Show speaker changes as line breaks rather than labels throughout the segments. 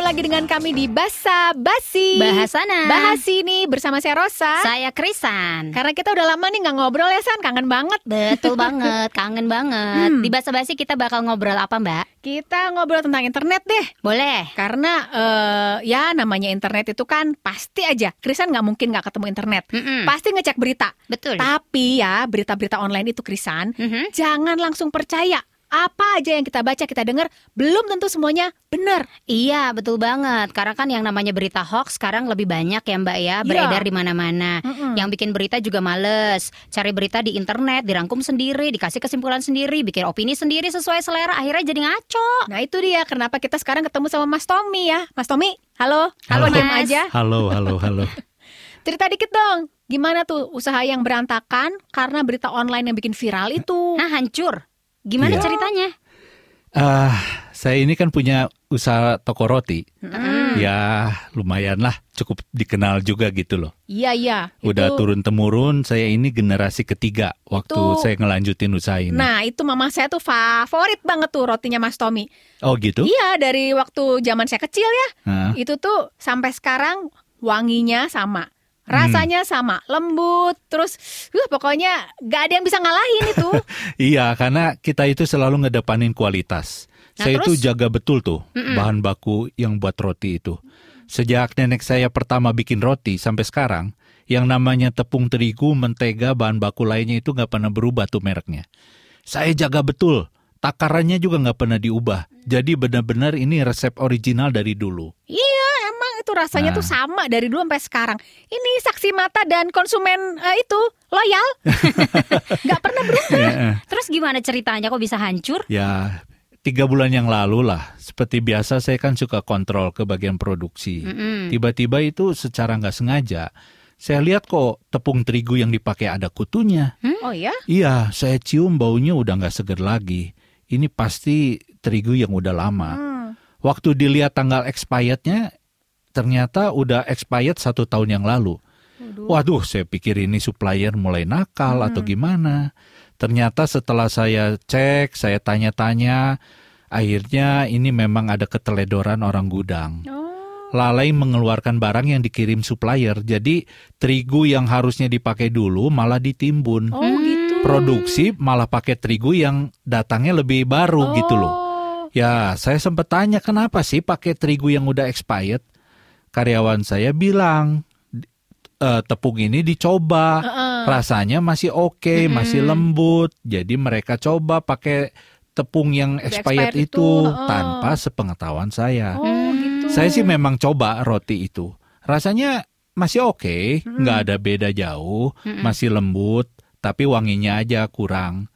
lagi dengan kami di Basa Basi.
Bahasana.
Bahas ini bersama saya Rosa.
Saya Krisan.
Karena kita udah lama nih nggak ngobrol ya San, kangen banget.
Betul banget, kangen banget.
Hmm.
Di bahasa basi kita bakal ngobrol apa, Mbak?
Kita ngobrol tentang internet deh.
Boleh.
Karena eh, ya namanya internet itu kan pasti aja Krisan nggak mungkin nggak ketemu internet.
Mm-mm.
Pasti ngecek berita.
Betul.
Tapi ya berita-berita online itu Krisan,
Mhm.
jangan langsung percaya. Apa aja yang kita baca, kita dengar, belum tentu semuanya benar.
Iya, betul banget. Karena kan yang namanya berita hoax sekarang lebih banyak ya, Mbak ya, beredar di mana-mana.
Mm-mm.
Yang bikin berita juga males. Cari berita di internet, dirangkum sendiri, dikasih kesimpulan sendiri, bikin opini sendiri sesuai selera, akhirnya jadi ngaco.
Nah itu dia kenapa kita sekarang ketemu sama Mas Tommy ya. Mas Tommy, halo.
Halo,
diam
Mas.
ya.
aja.
Halo, halo, halo.
Cerita dikit dong. Gimana tuh usaha yang berantakan karena berita online yang bikin viral itu?
Nah, hancur. Gimana
Iya.
ceritanya?
Ah, saya ini kan punya usaha toko roti.
Mm.
Ya, lumayan lah, cukup dikenal juga gitu loh.
Iya iya.
Udah
Itu-
turun temurun, saya ini generasi ketiga waktu
Itu-
saya ngelanjutin usaha ini.
Nah itu mama saya tuh favorit banget tuh rotinya Mas Tommy.
oh gitu? Ah.
Iya dari waktu zaman saya kecil ya.
Hah?
Itu tuh sampai sekarang wanginya sama.
Hmm.
Rasanya sama, lembut, terus uh, pokoknya gak ada yang bisa ngalahin itu.
Iya, karena kita itu selalu ngedepanin kualitas.
Nah,
saya
terus?
itu jaga betul tuh
Mm-mm.
bahan baku yang buat roti itu. Sejak nenek saya pertama bikin roti sampai sekarang, yang namanya tepung terigu, mentega, bahan baku lainnya itu nggak pernah berubah tuh mereknya. Saya jaga betul, takarannya juga nggak pernah diubah. Jadi benar-benar ini resep original dari dulu.
Iya, Emang itu rasanya
Nah.
tuh sama dari dulu sampai sekarang. Ini saksi mata dan konsumen eh, itu loyal. Gak pernah berubah.
Iya, eh.
Terus gimana ceritanya kok bisa hancur?
ya, tiga bulan yang lalu lah. Seperti biasa saya kan suka kontrol ke bagian produksi.
Mm-mm.
Iya. Tiba-tiba itu secara nggak sengaja, saya lihat kok tepung terigu yang dipakai ada kutunya.
Oh ya?
Iya, saya cium baunya udah nggak seger lagi. Ini pasti terigu yang udah lama.
Hmm.
Waktu dilihat tanggal expirednya, ternyata udah expired satu tahun yang lalu.
Hmm.
Waduh, saya pikir ini supplier mulai nakal atau gimana. Ternyata setelah saya cek, saya tanya-tanya, akhirnya ini memang ada keteledoran orang gudang
Oh.
lalai mengeluarkan barang yang dikirim supplier. Jadi terigu yang harusnya dipakai dulu malah ditimbun.
Oh gitu.
Produksi malah pakai terigu yang datangnya lebih baru gitu loh.
Oh.
Ya, saya sempat tanya kenapa sih pakai terigu yang udah expired? Karyawan saya bilang "Eh, tepung ini dicoba,
Heeh.
rasanya masih oke, masih lembut. Jadi mereka coba pakai tepung yang expired,
expired itu,
itu,
heeh.
tanpa sepengetahuan saya.
Oh gitu.
Saya sih memang coba roti itu. Rasanya masih oke,
Hmm.
nggak ada beda jauh, masih lembut, tapi wanginya aja kurang.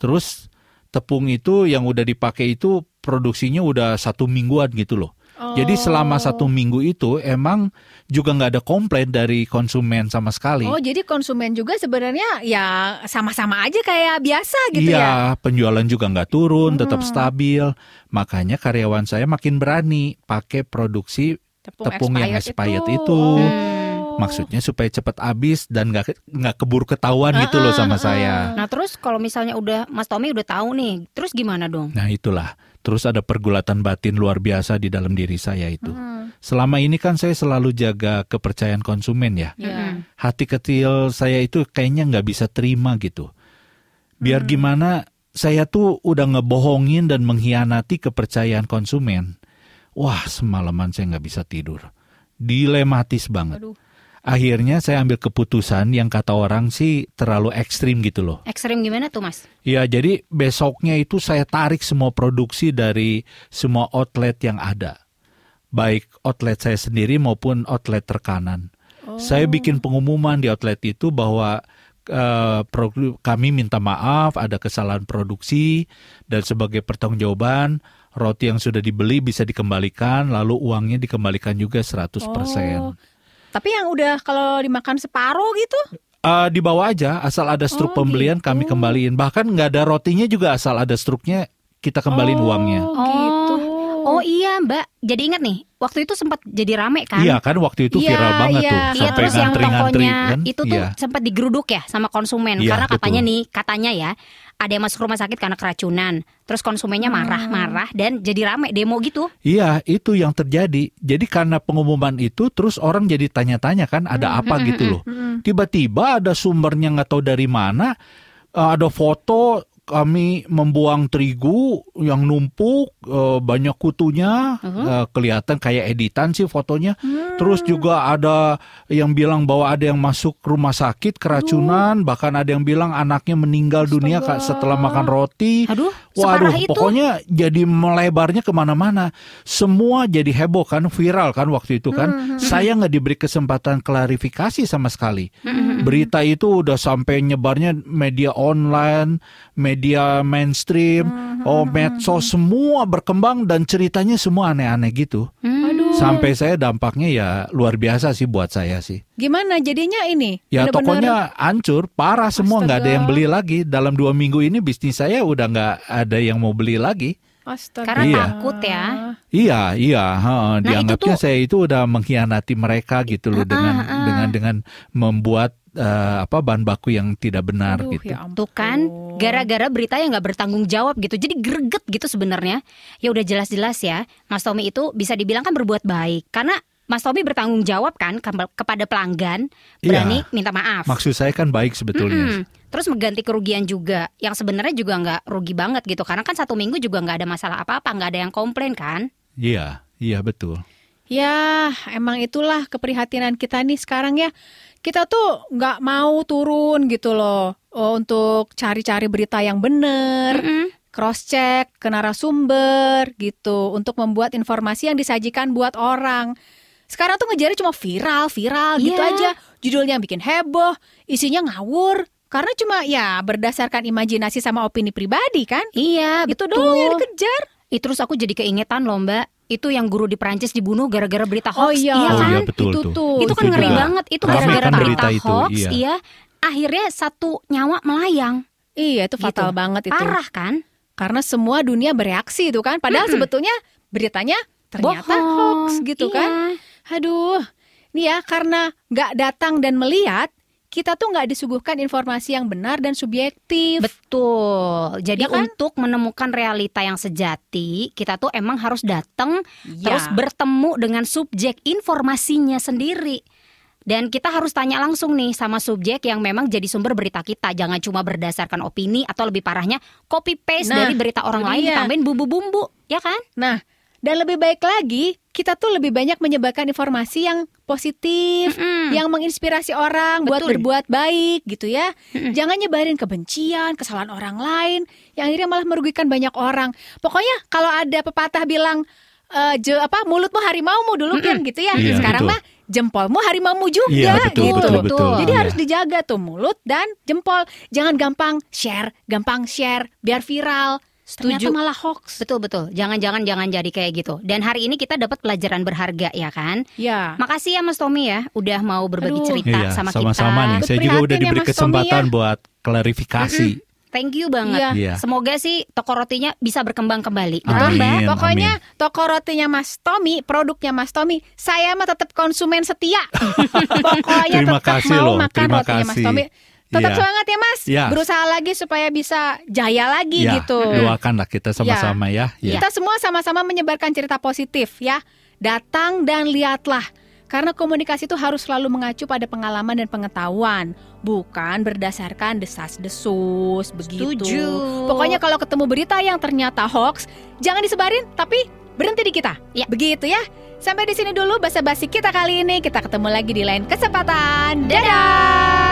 Terus tepung itu yang udah dipakai itu produksinya udah satu mingguan gitu loh.
Oh.
Jadi selama satu minggu itu emang juga nggak ada komplain dari konsumen sama sekali.
Oh jadi konsumen juga sebenarnya ya sama-sama aja kayak biasa gitu ya. Hmm.
iya, penjualan juga nggak turun, tetap stabil. Makanya karyawan saya makin berani pakai produksi tepung yang expired itu.
Oh.
Maksudnya supaya cepat habis dan nggak nggak keburu ketahuan gitu loh sama saya.
Nah terus kalau misalnya udah Mas Tommy udah tahu nih, terus gimana dong?
Nah itulah. Terus ada pergulatan batin luar biasa di dalam diri saya itu.
Hmm.
Selama ini kan saya selalu jaga kepercayaan konsumen ya.
Ya.
Hmm.
Hati kecil saya itu kayaknya nggak bisa terima gitu. Biar gimana saya tuh udah ngebohongin dan mengkhianati kepercayaan konsumen. Wah semalaman saya nggak bisa tidur. Dilematis banget.
Aduh.
Akhirnya saya ambil keputusan yang kata orang sih terlalu ekstrim gitu loh.
Ekstrim gimana tuh Mas?
Ya jadi besoknya itu saya tarik semua produksi dari semua outlet yang ada. Baik outlet saya sendiri maupun outlet rekanan. Saya
Oh.
bikin pengumuman di outlet itu bahwa eh, produ- kami minta maaf ada kesalahan produksi dan sebagai pertanggungjawaban roti yang sudah dibeli bisa dikembalikan lalu uangnya dikembalikan juga 100%.
Oh. Tapi yang udah kalau dimakan separuh gitu.
Eh, dibawa aja asal ada struk
Oh,
pembelian kami kembaliin bahkan nggak ada rotinya juga asal ada struknya kita kembaliin uangnya
Oh, gitu.
Oh iya Mbak, jadi ingat nih, waktu itu sempat jadi rame kan?
iya kan waktu itu
Iya,
viral banget
iya.
tuh
Iya,
Iya
sampai
terus yang
ngantri-ngantri
tokonya
kan
itu tuh
Iya.
sempat digeruduk ya sama konsumen
Iya,
karena katanya
betul.
nih katanya ya ada yang masuk rumah sakit karena keracunan. Terus konsumennya marah-marah dan jadi rame demo gitu.
Iya, itu yang terjadi. Jadi karena pengumuman itu terus orang jadi tanya-tanya kan ada apa gitu loh.
Mm-mm.
Tiba-tiba ada sumbernya nggak tahu dari mana, eh, ada foto kami membuang terigu yang numpuk eh, banyak kutunya eh, kelihatan kayak editan sih fotonya.
Hmm.
Terus juga ada yang bilang bahwa ada yang masuk rumah sakit keracunan, bahkan ada yang bilang anaknya meninggal dunia Kak, setelah makan roti.
Aduh,
Waduh,
separah itu.
pokoknya jadi melebarnya kemana-mana. Semua jadi heboh kan, viral kan waktu itu
Hmm.
kan. Saya nggak diberi kesempatan klarifikasi sama sekali.
Hmm.
Berita itu udah sampai nyebarnya media online, media mainstream,
Hmm.
oh medsos semua berkembang dan ceritanya semua aneh-aneh gitu.
Hmm.
Aduh.
Sampai saya dampaknya ya luar biasa sih buat saya sih.
Gimana jadinya ini?
Ya
Bener-bener-
tokonya hancur, parah semua nggak ada
Astaga.
yang beli lagi. Dalam dua minggu ini bisnis saya udah nggak ada yang mau beli lagi.
Astaga.
Karena
Iya.
takut ya.
Iya, iya. heeh.
Nah, itu
Dianggapnya
tuh-
saya itu udah mengkhianati mereka gitu
Ah,
loh dengan dengan dengan membuat eh, apa bahan baku yang tidak benar
Aduh,
gitu.
ya ampun.
Tuh kan, gara-gara berita yang nggak bertanggung jawab gitu, jadi greget gitu sebenarnya. Ya udah jelas-jelas ya, Mas Tommy itu bisa dibilang kan berbuat baik karena Mas Tommy bertanggung jawab kan ke- kepada pelanggan,
Iya.
berani minta maaf.
Maksud saya kan baik
Mm-mm.
sebetulnya.
Terus mengganti kerugian juga, yang sebenarnya juga nggak rugi banget gitu, karena kan satu minggu juga nggak ada masalah apa-apa, nggak ada yang komplain kan?
Iya, iya betul.
Ya, emang itulah keprihatinan kita nih sekarang ya. Kita tuh nggak mau turun gitu loh oh, untuk cari-cari berita yang benar,
Mm-mm.
cross check ke narasumber gitu untuk membuat informasi yang disajikan buat orang. Sekarang tuh ngejar cuma viral, viral gitu
Iya.
aja. Judulnya yang bikin heboh, isinya ngawur. Karena cuma ya berdasarkan imajinasi sama opini pribadi kan.
Iya,
Itu
betul.
doang yang dikejar.
Ih, terus aku jadi keingetan loh Mbak, itu yang guru di Prancis dibunuh gara-gara berita hoax.
Oh iya.
iya
oh
kan?
iya betul
Itu
tuh.
tuh.
itu kan
Itu
ngeri
juga
banget itu
rame
gara-gara
kan
berita
berita itu,
hoax
iya.
iya akhirnya satu nyawa melayang
Iya, itu fatal
Gitu.
banget itu.
parah kan
karena semua dunia bereaksi itu kan padahal sebetulnya beritanya ternyata
Bohong.
hoax gitu
Iya.
kan aduh nih ya karena nggak datang dan melihat kita tuh nggak disuguhkan informasi yang benar dan subjektif
betul jadi
Iya kan?
untuk menemukan realita yang sejati kita tuh emang harus datang
Iya.
terus bertemu dengan subjek informasinya sendiri dan kita harus tanya langsung nih sama subjek yang memang jadi sumber berita kita jangan cuma berdasarkan opini atau lebih parahnya copy paste
Nah,
dari berita orang
itu
lain
dia.
ditambahin bumbu-bumbu ya kan
nah dan lebih baik lagi kita tuh lebih banyak menyebarkan informasi yang positif
Mm-mm.
yang menginspirasi orang buat
Betul.
berbuat baik gitu ya. Jangan nyebarin kebencian, kesalahan orang lain yang akhirnya malah merugikan banyak orang. Pokoknya kalau ada pepatah bilang eh, je, apa mulutmu harimaumu dulu kan gitu ya.
Iya,
Sekarang
betul.
mah jempolmu harimaumu juga
Iya, betul,
gitu.
betul, betul.
Jadi
Iya.
harus dijaga tuh mulut dan jempol. Jangan gampang share, gampang share biar viral.
Setuju.
Ternyata malah hoax.
Betul betul. Jangan-jangan jangan jadi kayak gitu. Dan hari ini kita dapat pelajaran berharga ya kan.
Ya.
Makasih ya Mas Tommy ya udah mau berbagi
Aduh.
cerita
Iya,
sama,
sama-sama nih.
kita.
Saya juga udah
Prihatin ya,
diberi
Mas Tommy,
kesempatan buat klarifikasi.
Thank you banget.
Iya.
Iya.
Semoga sih toko rotinya bisa berkembang kembali.
Amin,
Betul, Mbak.
amin.
Pokoknya toko rotinya Mas Tommy, produknya Mas Tommy, saya mah tetap konsumen setia. Pokoknya
Terima
tetap
kasih
mau
loh,
makan
terima
rotinya Mas
kasih.
Tommy. Tetap
Iya.
semangat ya Mas.
Iya.
Berusaha lagi supaya bisa jaya lagi
Ya,
gitu.
doakanlah kita sama-sama ya.
Kita semua sama-sama menyebarkan cerita positif ya. Datang dan lihatlah. Karena komunikasi itu harus selalu mengacu pada pengalaman dan pengetahuan, bukan berdasarkan desas-desus begitu.
Setuju.
Pokoknya kalau ketemu berita yang ternyata hoax, jangan disebarin tapi berhenti di kita.
Ya.
Begitu ya. Sampai di sini dulu basa-basi kita kali ini. Kita ketemu lagi di lain kesempatan. Dadah.